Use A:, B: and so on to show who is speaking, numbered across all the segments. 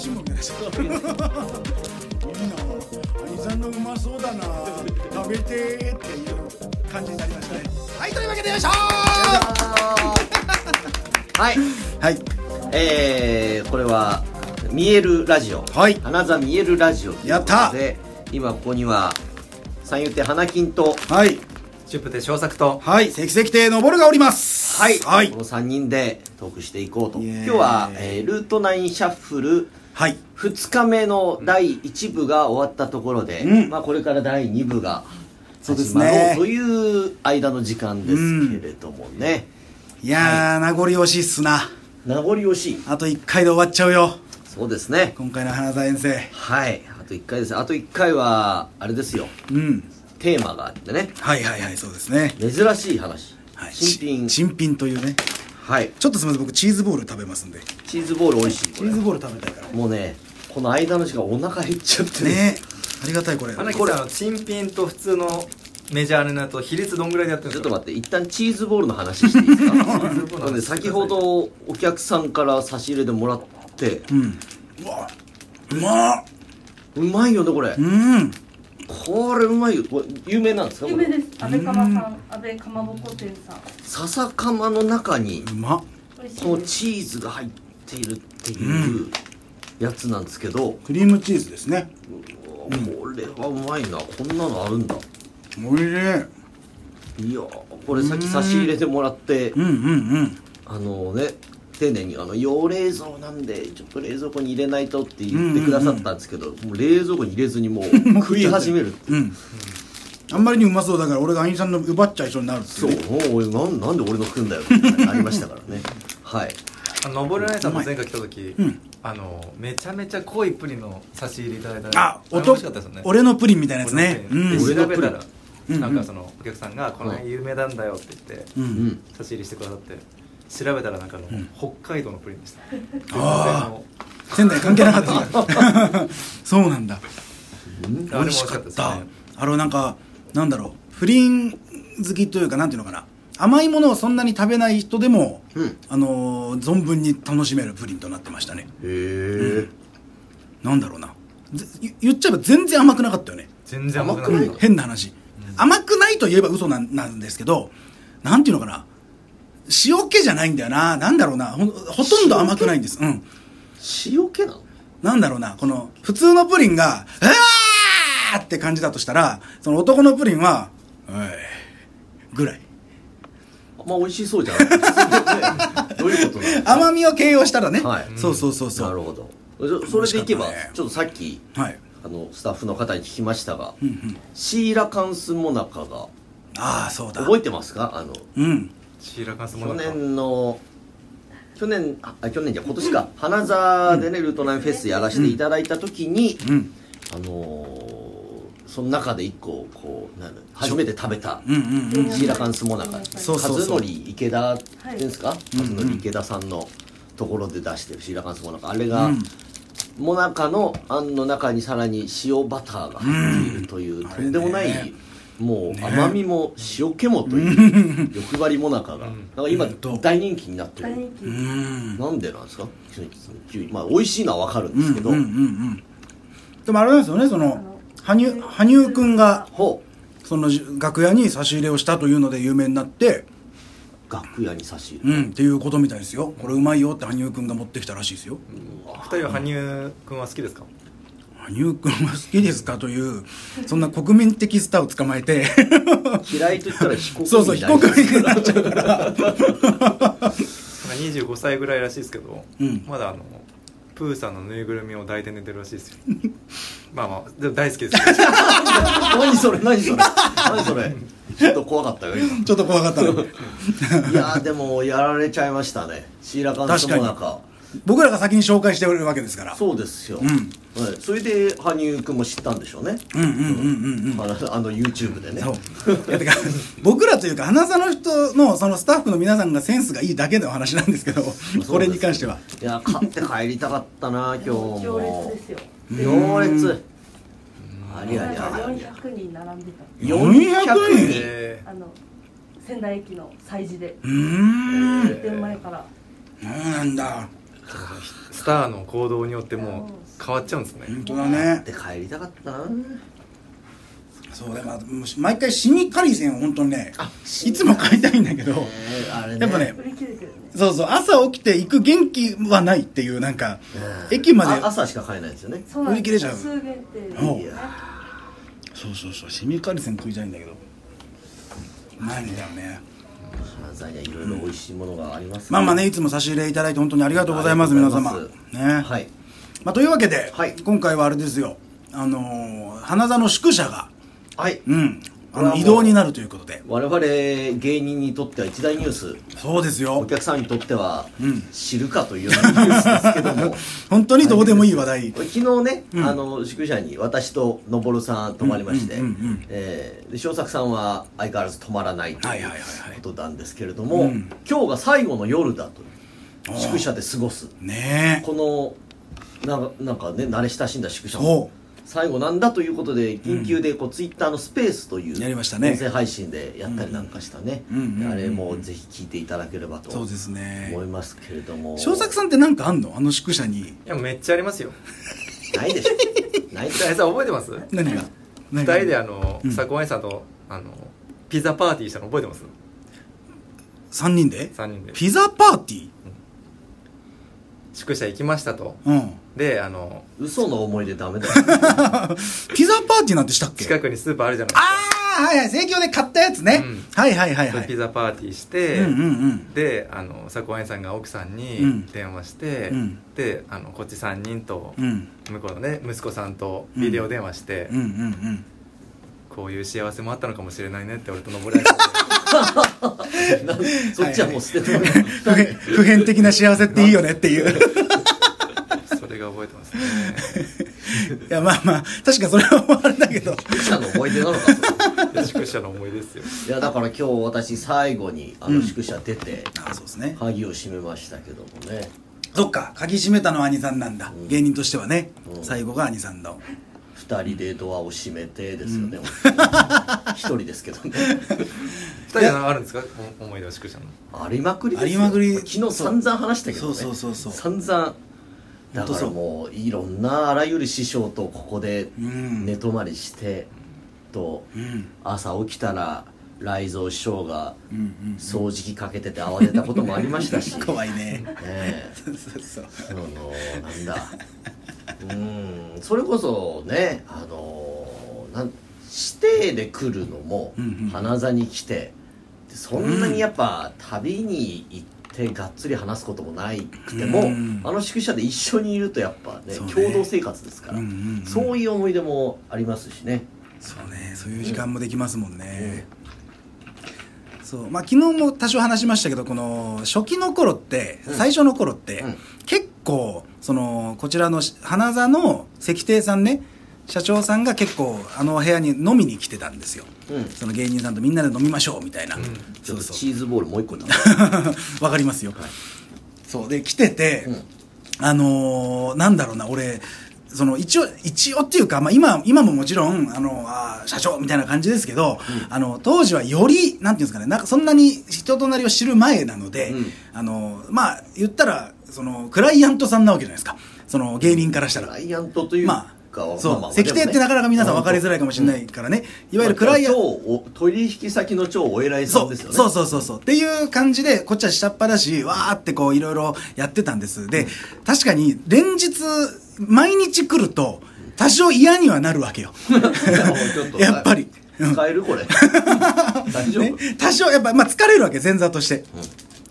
A: 兄
B: いな
A: さんのうまそうだな食べてーっていう感じになりましたねはいというわけでよいしょー
B: はい
C: はい
B: えー、これは見えるラジオ
C: はい
B: 花座見えるラジオという
C: やっ
B: ことで
C: た
B: 今ここには三遊亭花金と
C: はい
D: チュプテ小作と
C: はい関々亭昇がおります
B: はい、
C: はい
B: この3人でトークしていこうと
C: イエー
B: 今
C: イ
B: 日は、えールート9シャッフル
C: はい
B: 2日目の第1部が終わったところで、
C: うん
B: まあ、これから第2部が
C: そうで
B: 始
C: す
B: ま
C: ね
B: ろうという間の時間ですけれどもね、
C: いやー名残惜しいっすな
B: 名残惜しい
C: あと1回で終わっちゃうよ
B: そうですね
C: 今回の花澤遠征
B: はいあと1回ですあと1回はあれですよ
C: うん
B: テーマがあってね
C: はいはいはいそうですね、
B: 珍しい話、
C: はい、
B: 新品
C: し新品というね
B: はい
C: ちょっとすみません僕チーズボール食べますんで
B: チーズボール美味しい
C: チ
B: これ
C: ーズボール食べたいから
B: もうねこの間の時間お腹減っちゃって
C: ねえありがたいこれ
D: 花木さんの新品と普通のメジャーのやつと比率どんぐらいでやってるん
B: ち
D: で
B: ょっ
D: す
B: と
D: か
B: 待って一旦チーズボールの話していいです か
D: ズボールの話
B: なので先ほどお客さんから差し入れでもらって
C: うんうわうまっ
B: うまいよねこれ
C: うん
B: これうまいよこれ有名なんですかこ
E: 有名
B: れ
E: です安倍かまさん安倍かまぼこ店さん
B: 笹かまの中に
C: うまっ
E: 美味し
B: その
E: いです
B: チーズが入っているっていうやつなんですけど、
C: クリームチーズですね
B: うわこれはうまいなこんなのあるんだ
C: おいしい
B: いやーこれさっき差し入れてもらって
C: うんうんうん
B: あのね丁寧にあの「用冷蔵なんでちょっと冷蔵庫に入れないと」って言ってくださったんですけど、もう冷蔵庫に入れずに もう食い始める
C: うんあんまりにうまそうだから俺が兄さんの奪っちゃいそうになるってい
B: そう
C: ね
B: もう俺なんなんで俺の食うんだよってありましたから ねはい
D: あの登る姉さんも前回来た時、あのめちゃめちゃ濃いプリンの差し入れいただいた
C: あ
D: れ
C: お
D: 美
C: と
D: 味しかったですよね
C: 俺のプリンみたいなやつねう
D: 俺の
C: ん
D: プリンで
B: うん
D: 調べたら、
C: うん
D: なんかそのお客さんが「この辺有名なんだよ」って言って、
C: う
B: うんん
D: 差し入れしてくださって調べたらなんかあの、北海道のプリンでした
C: あ
D: あ
C: 仙台関係なかったんだ そうなんだ
D: 美
C: 美味しかっ
D: です
C: た
D: ね
C: あのなんかなんだろう不倫好きというかなんていうのかな甘いものをそんなに食べない人でも、
B: うん
C: あのー存分に楽しめるプリンとなってましたね
B: へえ、
C: なんだろうなぜ言言っちゃえば全然甘くなかったよね
D: 全然甘く
B: 甘く
D: ない
B: ないの
C: 変な話、甘くないと言えば嘘なんなんですけどなんていうのかな塩気じゃないんだよななんだろうなほんほとんど甘くないんですうん
B: 塩気なの
C: なんだろうな、この、普通のプリンが、うわーって感じだとしたら、その男のプリンは、おい、ぐらい。
B: あんま美味しそうじゃない どういうことなの
C: 甘みを形容したらね。
B: はい
C: そうそうそうそ
B: なる
C: う。
B: ほどそそれでいけば、
C: 美味しかったね
B: ちょっとさっき
C: はい。
B: あのスタッフの方に聞きましたが、
C: うんうん。
B: シーラカンスモナカが
C: ああ、そうだ。
B: 覚えてますかあの
C: うん。
D: シーラカンスも
B: 去
D: なんか
B: 年の去年あ去年じゃ今年か花座でね、ルートナインフェスやらせていただいた時に、
C: うん。
B: あのーその中で一個こうなんだ初めて食べた
C: うんうんうん。
B: シーラカンスモナカ
C: そうそうそう
B: 和則池田ですか、和則池田さんのところで出してるシーラカンスモナカあれが、
C: うん
B: モナカのあんの中にさらに塩バターが入っているという、
C: ん
B: とんでもない、
C: あれね
B: もう
C: ね
B: 甘みも塩気もという欲張りモナカが、なんか今
C: うんと
B: 大人気になって
E: 大
B: る
E: 人気
C: うん。うん
B: なんでなんですかまあ美味しいのはわかるん
C: う
B: で
C: ん
B: すけど、
C: うんうん。でもあれなんですよね、その、羽生、羽生くんが、
B: ほう
C: その楽屋に差し入れをしたというので有名になって、
B: 楽屋に差し入れ、
C: うん、っていうことみたいですよ。これうまいよって羽生くんが持ってきたらしいですよ。
D: 二人は羽生君は好きですか
C: 羽生くんは好きですかというそんな国民的スターを捕まえ て
B: 嫌いと言ったら非国
C: そうそう非
B: 民になりま
C: 国
B: す
C: 民になっちゃうから
D: なんか25歳ぐらいらしいですけど、
C: うん
D: まだあのプーさんのぬいぐるみを抱いて寝てるらしいですよ まあまあでも大好きですよ
B: 何それ何それ何それちょっと怖かったよ今
C: ちょっと怖かったの
B: いやーでもやられちゃいましたねシーラカンスモナ
C: 確
B: カ
C: 僕らが先に紹介してるわけですから
B: そうですよ、
C: う
B: はい、それで羽生君も知ったんでしょうね、
C: うんうんうんうんうん
B: あのあの YouTube でね
C: そういやてか僕らというか花座の人のそのスタッフの皆さんがセンスがいいだけの話なんですけどこれに関してはい
B: や買って帰りたかった な今日も
E: 行列ですよ
B: 行列あり
E: な
B: ゃ
E: ん
B: り
E: か
B: ゃりゃ
E: 400人並んで
B: 400人
D: え
E: たあの仙台駅の催事で
C: うーん
E: 閉店前から
C: そうなんだ
D: スターの行動によってもう変わっちゃうんですね
C: 本当だね
B: で帰りたかったな
C: そうだまあもし毎回シニカリゼンを本当にねいつも買いたいんだけど
B: あれ
C: やっぱね
E: 振り切れてるね
C: そうそう朝起きて行く元気はないっていうなんか
B: うん
C: 駅まで
B: あ朝しか帰れないんですよね
E: そうなん
C: 売り切れ
E: です
C: ちゃう
E: 数限定で
C: おう
B: いや
C: そうそうそうシニカリゼン食いたいんだけどないんだよね
B: 関西にはいろいろ美味しいものがあります
C: まあまあね
B: あ
C: いつも差し入れいただいて本当にありがと
B: り
C: うございます皆様ね
B: はいい
C: まあというわけで
B: はい
C: 今回はあれですよあのー花座の宿舎が
B: はい
C: うんあ
B: これ
C: の
B: はもう
C: 移動になるということで
B: 我々芸人にとっては一大ニュース
C: そうです
B: お
C: よ
B: 客さんにとっては
C: うん
B: 知るかというようなニュースですけども
C: 本当にどうでもいい話題
B: 昨日ね、あの宿舎に私とのぼるさん泊まりまして
C: うんうんうんうん
B: えーで翔作さんは相変わらず泊まらないと
C: はいいうはいはいはい
B: ことなんですけれども、
C: うん
B: 今日が最後の夜だと
C: ああ
B: 宿舎で過ごす
C: ねえ
B: このなんかなんかね慣れ親しんだ宿舎
C: そ
B: も最後なんだということで緊急でこう、ツイッターのスペースという
C: やりましたね
B: 音声配信でやったりなんかしたね、
C: うんうんうんうん
B: あれもぜひ聞いていただければと
C: そう
B: 思
C: ですね
B: いますけれども
C: 翔作さんってなんかあんのあの宿舎に
D: いやめっちゃありますよ
B: ないでしょないでし
D: 大
B: ょ
D: さん覚えてます
C: 何が何
D: 二
C: が
D: 人であの
C: うん
D: 佐久間さんとあのピザパーティーしたの覚えてます
C: 三人で
D: 三人で
C: ピザパーティー
D: 宿舎行きましたと
C: うん
D: であの
B: 嘘の思い出 ダメだよ
C: ピザパーティーなんてしたっけ
D: 近くにスーパーあるじゃないですか
C: ああはいはい盛況で買ったやつね、
D: うん
C: はいはいはい
D: そ
C: は
D: れ
C: い
D: ピ
C: う
D: ザパーティーして、
C: んうん
D: であの佐久間さんが奥さん
C: う
D: に
C: ん
D: 電話して、
C: うん
D: であのこっち3人と
C: うんうん
D: 向こうのね息子さんとビデオ電話して、
C: うんうんうん
D: こういう幸せもあったのかもしれないねって俺と登り合いして
B: なんそっちはもう捨ててもらう
C: 普遍普遍的な幸せっていいよねって いうい
D: てそれが覚えてますね
C: やまあまあ確かそれはあれだけど
B: 宿舎の思い出なのかと
D: いや宿舎の思い出ですよ
B: いやだから今日私最後にあの宿舎出て、
C: あそうですね
B: 鍵を閉めましたけどもね
C: そっか鍵閉めたのは兄さんなんだ、芸人としてはね、
B: うん
C: 最後が兄さんの
B: 2人でドアを閉めてですよね、 一人ですけどね
D: 2人はあるんですかお思い出は宿舎の
B: ありまくりですよ
C: ありまくり
B: 昨日散々話したけどね
C: そうそうそうそ
B: 散々だ
C: 本当
B: か
C: そう
B: らもういろんなあらゆる師匠とここで
C: うん
B: 寝泊まりして、と
C: うん
B: 朝起きたら雷蔵師匠が
C: うんうん
B: 掃除機かけてて慌てたこともありました し
C: 怖いね
B: ええ
C: そうそうそう
B: あのなんだうんそれこそねあのなん指定で来るのも
C: うんうん
B: 花座に来てでそんなにやっぱ旅に行ってがっつり話すこともないくても、
C: うん
B: あの宿舎で一緒にいるとやっぱね
C: そうね
B: 共同生活ですから、
C: うんうんうん
B: そういう思い出もありますしね
C: そうねそういう時間もできますもんね、そうまあ昨日も多少話しましたけどこの初期の頃って、
B: うん
C: 最初の頃って、
B: うん
C: 結構そのこちらのし花座の石亭さんね社長さんが結構あの部屋に飲みに来てたんですよ
B: うん
C: その芸人さんとみんなで飲みましょうみたいな、
B: ち
C: そ
B: ょっ
C: う
B: と
C: そう
B: チーズボールもう一個だ
C: わかりますよ、そうで来てて、
B: うん
C: あのーなんだろうな俺その一応一応っていうか、まあ、今今ももちろんあのあー社長みたいな感じですけど、あの当時はよりなんていうんですかねなんかそんなに人となりを知る前なので、
B: うん
C: あのまあ言ったらそのクライアントさんなわけじゃないですかその芸人からした
B: ク
C: ら
B: ラ。イアントというか、
C: まあ、そう、石亭ってなかなか皆さん分かりづらいかもしれないからね、い
B: い
C: わゆるクライアント、
B: 取引先の超お偉いさ
C: そ
B: ん
C: う
B: ですよね
C: そうそうそうそうっていう感じでこっちは下っ端だしわーってこういろいろやってたんですで確かに連日毎日来ると多少嫌にはなるわけ よ
B: ちょと
C: やっぱりうん
B: 使える これ大丈夫、
C: ね、多少やっぱ、まあ、疲れるわけ前座として、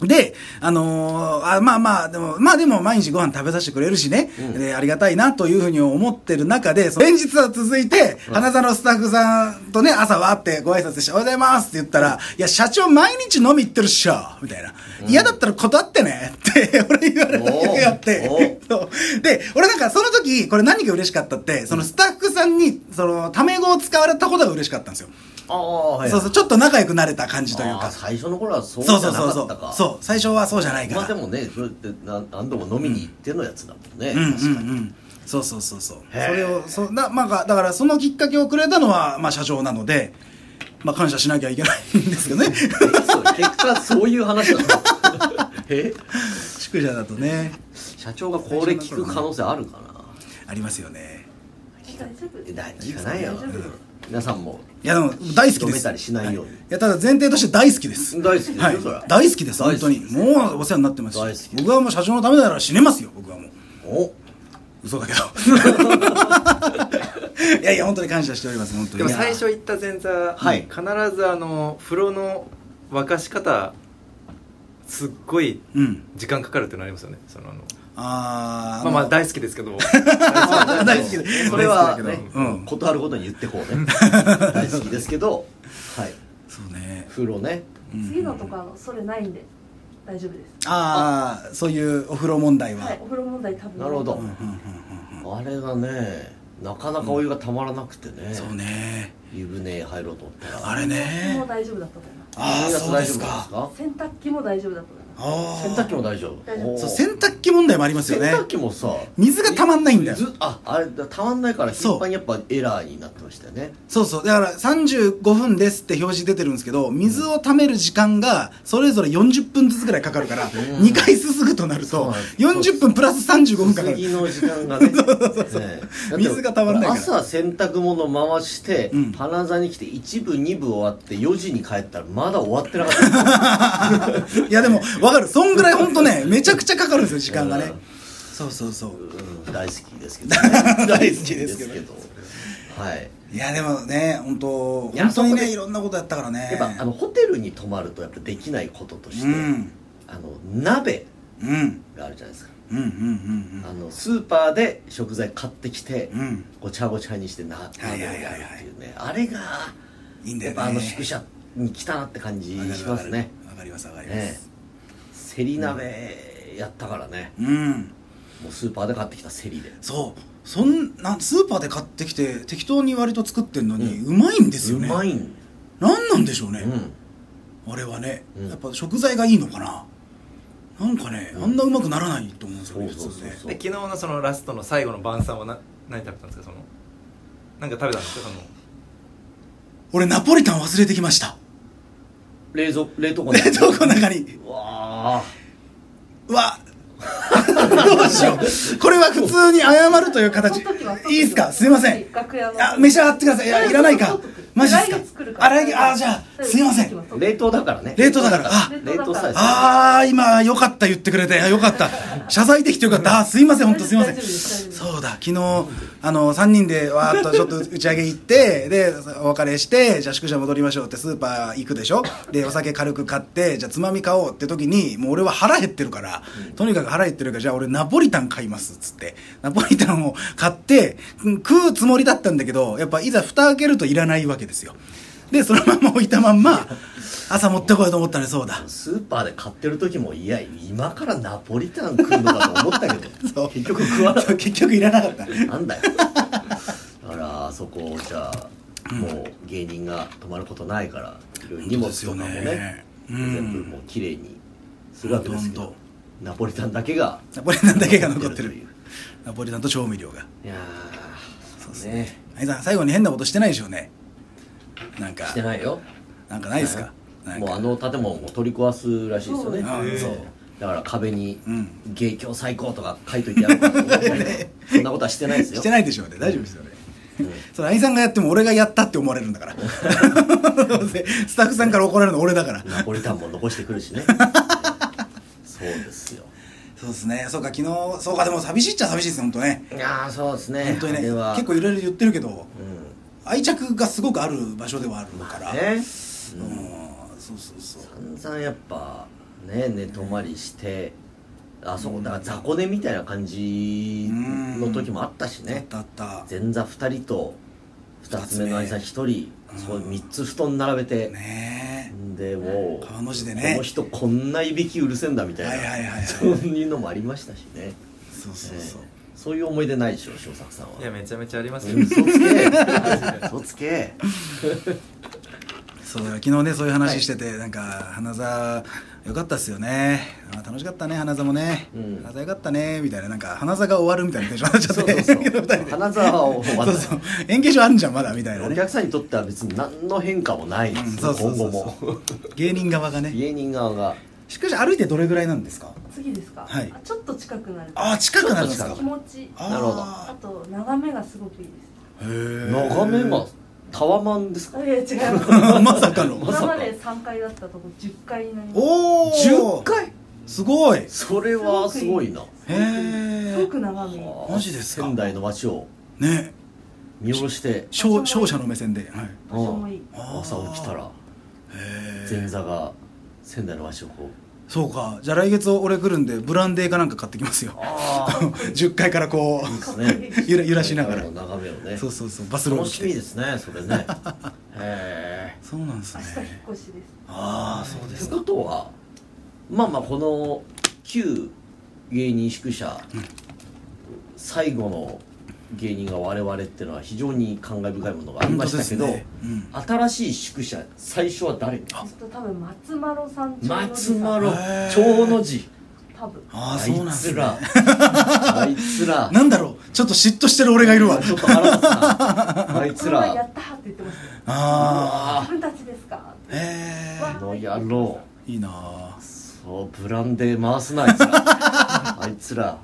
C: で、あのーあまあまあでもまあでも毎日ご飯食べさせてくれるしね、
B: うん
C: でありがたいなというふうに思ってる中でその連日は続いて、花座のスタッフさんとね朝は会ってご挨拶して「おはようございます」って言ったら「いや社長毎日飲み行ってるっしょ」みたいな「嫌だったら断ってね」って俺言われた時があっ
B: お
C: て
B: ー
C: そうで俺なんかその時これ何が嬉しかったってそのスタッフさんにそのタメ語を使われたことが嬉しかったんですよ
B: ああはい
C: そうそう、ちょっと仲良くなれた感じという
B: あー
C: か。そ
B: 最初の頃はそう
C: う
B: じゃ
C: そう
B: な
C: そう
B: か
C: そ
B: ったか
C: う。そう、最初はそうじゃないか
B: まあで
C: ら。
B: もねそれって何何度も飲みに行ってのやつだもんね、
C: うんうんう
B: 確かに、
C: ん。そうそうそうそう。そ
B: へー
C: れを、そう、な、まあが、だから、そのきっかけをくれたのは、まあ、社長なので。まあ、感謝しなきゃいけないんですけどね。
B: えそう結果そういう話だったえ
C: 宿舎だとね。
B: 社長がこれ聞く可能性あるかな
C: ありますよね
E: 大丈夫
B: え大事かないよ
E: 大丈夫
B: 皆さんも
C: いやでも大好きで
B: 止め
C: す
B: たりしないように
C: はいやただ前提として大好きです
B: 大好きですよ
C: はい
B: それは
C: 大好きです本当に
B: 大好き
C: もうお世話になってます
B: 大好
C: し
B: き
C: 僕はもう社長のためなら死ねますよ僕はもう
B: お
C: 嘘 だけどいやいや本当に感謝しております本当に
D: でも
C: いや
D: 最初言った前座、
B: はい
D: 必ずあの風呂の沸かし方すっごい
C: うん
D: 時間かかるってなりますよねそのあの
C: あー
D: まあまあ
C: の
D: 大好きで すけど
C: 大好きで
B: それはね
D: 大好きだけど
C: うん
B: 断ることに言ってこうね大好きですけどはい
C: そうね
B: 風呂ね
E: 次のとかそれないんで大丈夫です
C: ああそういうお風呂問題は、
E: はいお風呂問題多分
B: なるほど
C: うんうんうん
B: あれがねなかなかお湯がたまらなくてね
C: そうね
B: 湯船へ入ろうと思ったら
C: あれ
E: もう
C: ね
E: 大丈夫だと思います
C: ああ
B: 水圧
C: そうですか
B: 大丈夫
E: 洗濯機も大丈夫だと思います
C: あー
B: ですか洗濯機も大丈
E: 大丈
B: 夫
E: 夫
B: おー
C: そう洗濯機問題もあります
B: 洗
C: よね
B: 濯機もさ
C: 水がたまんないんだよ
B: ずああれだたまんないから
C: そう
B: 頻繁にやっぱエラーになってましたよね
C: そうそうだから35分ですって表示出てるんですけど水をためる時間がそれぞれ40分ずつぐらいかかるから2回すすぐとなる
B: そう
C: と
B: なんです
C: 40分プラス35分かかる
B: 次の時間 がねねだって
C: 水がたまんないから
B: 朝洗濯物回して
C: うん
B: 花座に来て1部2部終わって4時に帰ったらまだ終わってなかった
C: いやでも分かるそんぐらい本当ねめちゃくちゃかかるんですよ時間がね
B: うん
C: そうそうそう
B: うん大好きですけどね
C: 大好きですけど
B: はい
C: いやでもね本当
B: いや
C: 本当に
B: そこ
C: ね
B: で
C: いろんなことやったからね
B: やっぱあのホテルに泊まるとやっぱできないこととして、
C: うん
B: あの鍋
C: うんうん
B: があるじゃないですか、
C: うんうん
B: あのスーパーで食材買ってきて、
C: うんうん
B: ごちゃごちゃにしてな
C: はい
B: 鍋
C: はいは
B: を
C: い
B: や
C: はい
B: るっていうね、あれが
C: いいんだ
B: や
C: よ
B: っ
C: ね
B: ぱあの宿舎に来たなって感じしますね
C: わかりますわかります、
B: ええセリ鍋やったからね、
C: うん
B: もうスーパーで買ってきたセリで
C: そうそんなスーパーで買ってきて適当に割と作ってんのに、うまいんですよね
B: うまいん
C: 何なんでしょうね
B: う、ん
C: あれはね、
B: うん
C: やっぱ食材がいいのかななんかね、
B: うん
C: あんなうまくならないと思うんですよね普
B: そうそう
C: 通
B: そう
C: ね
B: そう
D: で昨日のそのラストの最後の晩餐はな何食べたんですかそのなんか食べたんですかその
C: 俺ナポリタン忘れてきました
B: 冷蔵冷凍 庫
C: 冷凍庫の中に
B: うわあ
C: うわ どうしようこれは普通に謝るという形い
E: 取っときます
C: いですかすいません
E: 楽屋の
C: あ召し上がってくださいいやいらないか
E: 取っとく
C: マジです
E: 来
C: か
E: 月来るから
C: あ来月あじゃあすいません
B: 冷凍だからね
C: 冷凍だからあ
B: 冷凍さえ
C: ああ、今、よかった、言ってくれて。よかった。謝罪できてよかった。あーすいません、本当すいません。
E: 大丈夫です大丈夫
C: そうだ、昨日、あの、3人で、わーっとちょっと打ち上げ行って、で、お別れして、じゃあ宿舎戻りましょうってスーパー行くでしょで、お酒軽く買って、じゃあつまみ買おうって時に、もう俺は腹減ってるから、とにかく腹減ってるから、じゃあ俺ナポリタン買います、つって。ナポリタンを買って、うん食うつもりだったんだけど、やっぱいざ蓋開けるといらないわけですよ。で、そのまま置いたまんま、朝持ってこようと思ったね、そうだ。
B: スーパーで買ってる時もいや今からナポリタン食うのかと思ったけ
C: そう
B: ど結局食わな
C: そ
B: か
C: う結局いらなかった
B: ったなんだよだからあそこをじゃあもう芸人が泊まることないからいろいろ荷物とかも
C: そうですよね
B: ね
C: うん
B: 全部もう綺麗にするわけですけ
C: ほん
B: ど
C: と
B: ナポリタンだけが
C: ナポリタンだけが残って
B: とい
C: る
B: う
C: ナポリタンと調味料が
B: いやーそうですね
C: 愛さん最後に変なことしてないでしょうねなんか
B: してないよ
C: なんかないですかなんか
B: もうあの建物も取り壊すらしいです
C: そ
B: よね
C: うねあそう
B: だから壁に
C: うん
B: 「芸協最高」とか書いといてやろうかと思って ねそんなことはしてないですよ
C: してないでしょうね大丈夫ですよね
B: うん
C: それ愛さんがやっても俺がやったって思われるんだから どうせスタッフさんから怒られるの俺だから
B: ナポリタンも残してくる しねそうですよ
C: そうですねそうか昨日そうかでも寂しいっちゃ寂しいですね本当ね
B: いやーそうですね
C: 本当にね
B: あれは
C: 結構いろいろ言ってるけど
B: う
C: 愛着がすごくある場所ではあるから、
B: んね
C: うんそうそうそう
B: 散々やっぱね寝泊まりしてあそこだから雑魚寝みたいな感じの時もあったし
C: あっ
B: ね
C: たあった
B: 前座2人と2つ目の兄さん1人
C: うん
B: そう3つ布団並べて
C: ねえ
B: でもう
C: 川の字でね
B: この人こんないびきうるせんだみたいな、
C: はいはいはいはい
B: そういうのもありましたしね
C: そうそうそう、
B: ええそういう思い出ないでしょ小作さんはい
D: やめちゃめちゃあり ますよ
B: 嘘つ け嘘つけ
C: そうだ昨日ねそういう話してて、なんか花座よかったっすよねあ楽しかったね花座もね、
B: うん
C: 花座よかったねみたいななんか花座が終わるみたいなテンションになっちゃ
B: そう
C: って
B: そ
C: 二
B: うそう
C: 人で
B: 花沢は終わ
C: そう
B: んない
C: そう演芸場あるんじゃんまだみたいな
B: お
C: ね
B: 客さんにとっては別に何の変化もないんで
C: うん
B: す
C: そ
B: よ、
C: うそうそう
B: 今後
C: そ
B: も
C: う芸人側がね
B: 芸人側が
C: しかし歩いてどれぐらいなんですか
E: 次ですか、
C: はい
E: あちょっと近くなる
C: ああ近くなるんですか
E: 気持ち
C: あー
B: なるほど
E: あと眺めがすごくいいで
C: へー
B: 眺めがタワマンですか
E: すあいや違いま す
C: まさかの
B: まさか
E: 今まで3階だったとこ10階になります
C: おお
B: 10回
C: すごいへ
B: それはすごいな
E: すご
C: え
E: く眺めいい
C: マジですか
B: 仙台の街を
C: ね
B: 見下ろして
C: 勝勝者の目線で、はい、
E: 場所もいい
C: あー
B: 朝起きたら
C: へ
B: 前
C: え
B: 座が仙台の街をこう
C: そうかじゃあ来月俺来るんでブランデーかなんか買ってきますよ
B: ああ
C: 10階からこう
B: ですね
C: ゆら揺らしながら
B: の眺めをね
C: そうそうそうバスローブ
B: 楽
C: 着
B: しみ
C: て
B: ですねそれ ねへえ
C: そうなんです
E: 明日
C: ね
E: 引っ越しです
C: ああそうです
B: ってことはまあまあこの旧芸人宿舎、最後の芸人が我々っていうのは非常に感慨深いものがありましたけど、
C: 本当ですねうん
B: 新しい宿舎最初は誰
E: ちょっと多分松丸さん
B: 松
E: 丸
B: 丸
C: へー
B: 長の字
E: 多分
C: ああ
B: あ
C: そうなん
B: い
C: です
B: つ
C: ね
B: らあいつら
C: なんだろうちょっと嫉妬してる俺がいるわ
B: ちょっと腹立つなあい
E: こ
B: つ
E: の前や
B: ら
E: ったーって言ってましたよ
C: あ
E: 自
B: あ
E: 分たちですか
C: あへ
B: あこの野郎
C: えいいなあ
B: そうブランデー回すなあ いつらあいつら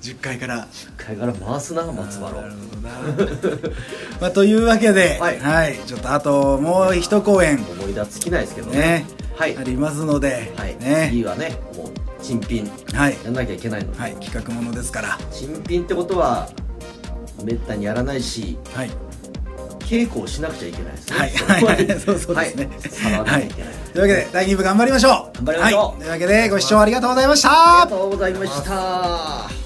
C: 10階から
B: 貝殻回すな松原
C: なるほどな まあというわけでは、
B: はいい
C: ちょっとあともう一公演
B: 思い出尽きないですけど
C: ね、
B: はい
C: ありますので、
B: はい、
C: ね
B: 次はねもう珍品
C: はい、
B: やんなきゃいけないので、
C: はい、企画ものですから
B: 珍品ってことはめったにやらないし
C: はい
B: 稽古をしなくちゃいけないですね
C: はい
B: そこま で
C: そうそうですね
B: はい触らなきゃいけない、
C: というわけで第2部頑張りましょう
B: 頑張りましょう
C: はい、というわけでご視聴ありがとうございました
B: ありがとうございました